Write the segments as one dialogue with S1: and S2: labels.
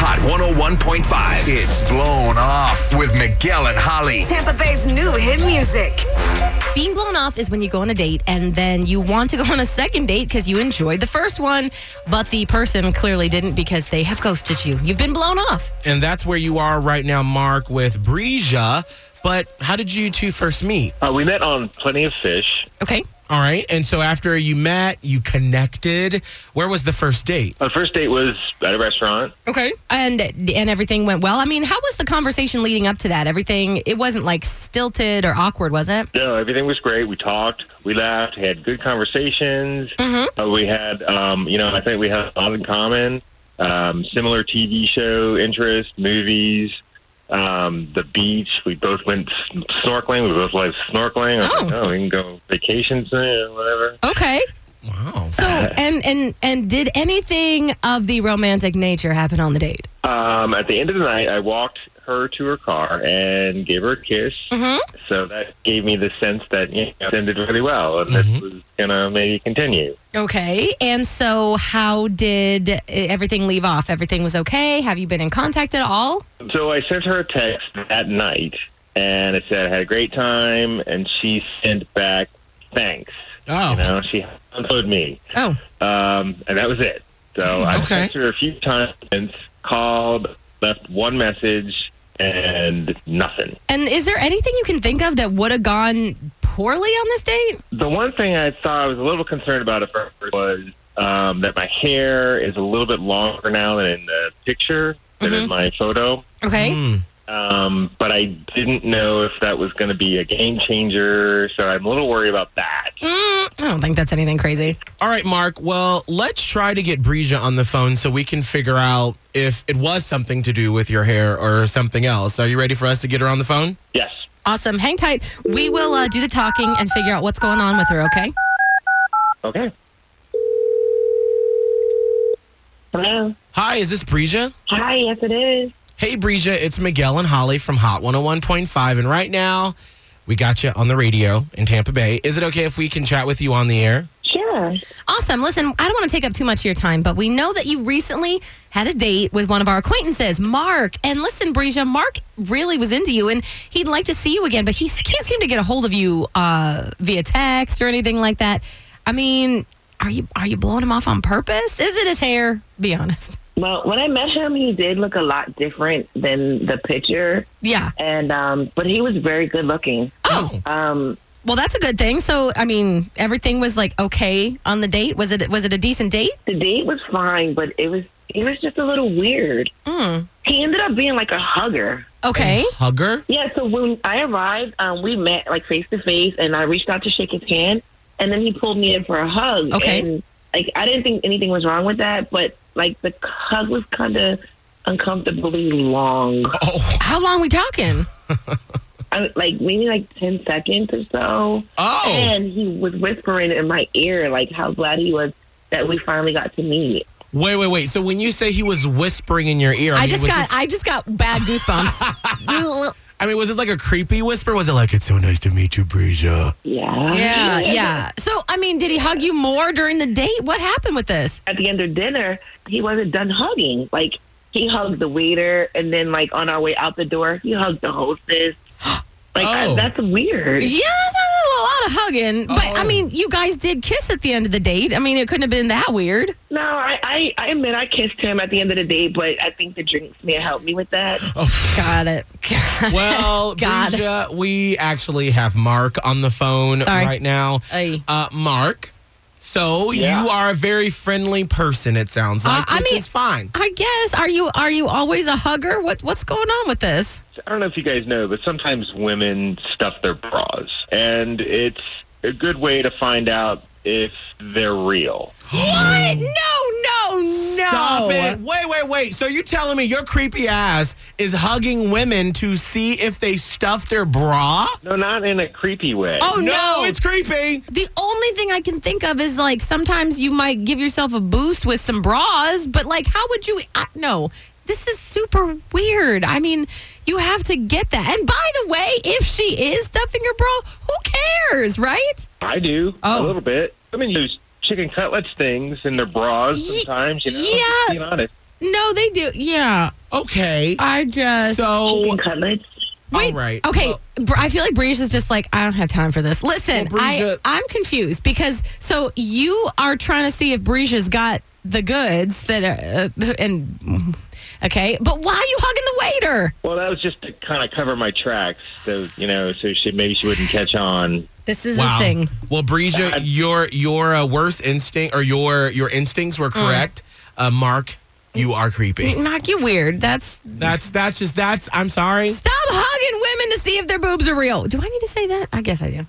S1: Hot 101.5. It's blown off with Miguel and Holly.
S2: Tampa Bay's new hit music.
S3: Being blown off is when you go on a date and then you want to go on a second date because you enjoyed the first one, but the person clearly didn't because they have ghosted you. You've been blown off.
S4: And that's where you are right now, Mark, with Breja. But how did you two first meet?
S5: Uh, we met on Plenty of Fish.
S3: Okay.
S4: All right. And so after you met, you connected. Where was the first date?
S5: Our Uh, first date was at a restaurant.
S3: Okay. And and everything went well. I mean, how was the conversation leading up to that? Everything it wasn't like stilted or awkward, was it?
S5: No, everything was great. We talked, we laughed, had good conversations. Uh, we had, um, you know, I think we had a lot in common. Um, similar TV show interests, movies, um, the beach. We both went s- snorkeling. We both like snorkeling. I was like,
S3: Oh.
S5: oh, we can go vacation soon or whatever.
S3: Okay.
S4: Wow.
S3: So and and and did anything of the romantic nature happen on the date?
S5: Um, at the end of the night, I walked her to her car and gave her a kiss.
S3: Mhm.
S5: So that gave me the sense that you know, it ended really well, and that was gonna maybe continue.
S3: Okay. And so how did e, everything leave off? Everything was okay? Have you been in contact at all?
S5: So I sent her a text that night, and it said I had a great time, and she sent back thanks.
S4: Oh.
S5: You know, she unfollowed me,
S3: Oh.
S5: um, and that was it. So I
S4: Okay.
S5: texted her a few times, called, left one message, and nothing.
S3: And is there anything you can think of that would have gone poorly on this date?
S5: The one thing I thought I was a little concerned about at first was um, that my hair is a little bit longer now than in the picture than in my photo.
S3: Okay.
S4: Mm.
S5: Um, but I didn't know if that was going to be a game changer, so I'm a little worried about that.
S3: Mm, I don't think that's anything crazy.
S4: All right, Mark. Well, let's try to get Breja on the phone so we can figure out if it was something to do with your hair or something else. Are you ready for us to get her on the phone?
S5: Yes.
S3: Awesome. Hang tight. We will uh, do the talking and figure out what's going on with her, okay?
S5: Okay.
S6: Hello.
S4: Hi, is this Breja?
S6: Hi, yes it is.
S4: Hey, Breja, it's Miguel and Holly from Hot 101.5. And right now, we got you on the radio in Tampa Bay. Is it okay if we can chat with you on the air?
S6: Sure.
S3: Awesome. Listen, I don't want to take up too much of your time, but we know that you recently had a date with one of our acquaintances, Mark. And listen, Breja, Mark really was into you and he'd like to see you again, but he can't seem to get a hold of you uh, via text or anything like that. I mean, are you are you blowing him off on purpose? Is it his hair? Be honest.
S6: Well, when I met him, he did look a lot different than the picture,
S3: Yeah.
S6: and um, but he was very good looking.
S3: Oh,
S6: Um,
S3: well, that's a good thing. So, I mean, everything was like okay on the date. Was it was it a decent date?
S6: the date was fine, but it was it was just a little weird. He ended up being like a hugger.
S3: Okay.
S4: Oh. Hugger?
S6: Yeah. So when I arrived, um, we met like face to face, and I reached out to shake his hand, and then he pulled me in for a hug.
S3: Okay.
S6: And, like I didn't think anything was wrong with that, but like the hug was kind of uncomfortably long.
S4: Oh,
S3: How long we talking?
S6: I, like maybe like ten seconds or so.
S4: oh.
S6: And he was whispering in my ear like how glad he was that we finally got to meet.
S4: Wait, wait, wait. So when you say he was whispering in your ear, I,
S3: I
S4: mean,
S3: just
S4: was
S3: got
S4: this-
S3: I just got bad goosebumps.
S4: I mean, was this like a creepy whisper? Was it like, "It's so nice to meet you, Breja"?
S6: Yeah.
S3: yeah, yeah. So I mean, did he hug you more during the date? What happened with this?
S6: At the end of dinner, he wasn't done hugging. Like he hugged the waiter and then like on our way out the door, he hugged the hostess. Like
S4: Oh.
S6: I, that's weird.
S3: Yes, a lot of hugging, but I
S4: Oh.
S3: mean, you guys did kiss at the end of the date. I mean, it couldn't have been that weird.
S6: No, I, I, I admit I kissed him at the end of the day, but I think the drinks may have helped me with that.
S3: Got it.
S4: Well,
S3: God.
S4: Breja, we actually have Mark on the phone
S3: Sorry.
S4: right now.
S3: Ay.
S4: Uh, Mark, so you are a very friendly person. It sounds
S3: Uh,
S4: like,
S3: I
S4: which
S3: mean-
S4: is fine.
S3: I guess are you are you always a hugger? What what's going on with this?
S5: I don't know if you guys know, but sometimes women stuff their bras, and it's a good way to find out if they're real.
S3: What? No, no. Oh no!
S4: Stop it. Wait, wait, wait. So you telling me your creepy ass is hugging women to see if they stuff their bra?
S5: No, not in a creepy way.
S3: Oh no!
S4: it's creepy.
S3: the only thing I can think of is like sometimes you might give yourself a boost with some bras, but like how would you? I, no, this is super weird. I mean, you have to get that. And by the way, if she is stuffing her bra, who cares, right?
S5: I do
S3: Oh.
S5: a little bit. Women use chicken cutlets things in their bras
S3: Ye-
S5: sometimes. You know,
S3: yeah.
S5: Just being honest.
S3: No, they do. Yeah,
S4: Okay.
S3: I just Oh.
S4: So
S6: Chicken cutlets.
S3: Wait,
S4: All right.
S3: Okay,
S4: Well-
S3: Br- I feel like Brisha's just like I don't have time for this. Listen,
S4: Well, Brisha-
S3: I, I'm confused because so you are trying to see if Brisha's got the goods that are, uh, and okay, but why are you hugging the waiter?
S5: Well, that was just to kind of cover my tracks, so you know, so she maybe she wouldn't catch on.
S3: This is
S4: wow.
S3: the thing.
S4: Well, Breeja, your your uh, worst instinct or your your instincts
S3: Mm.
S4: were correct. Uh, Mark, you are creepy.
S3: Mark, you weird. That's
S4: That's that's just that's. I'm sorry.
S3: stop hugging women to see if their boobs are real. Do I need to say that? I guess I do.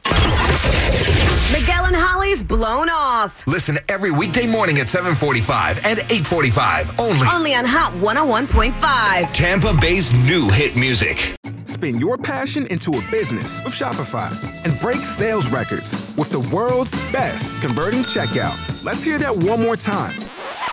S2: Miguel and Holly's blown off.
S1: Listen every weekday morning at 745 and 845 only.
S2: Only on Hot 101.5.
S1: Tampa Bay's new hit music.
S7: Spin your passion into a business with Shopify and break sales records with the world's best converting checkout. Let's hear that one more time.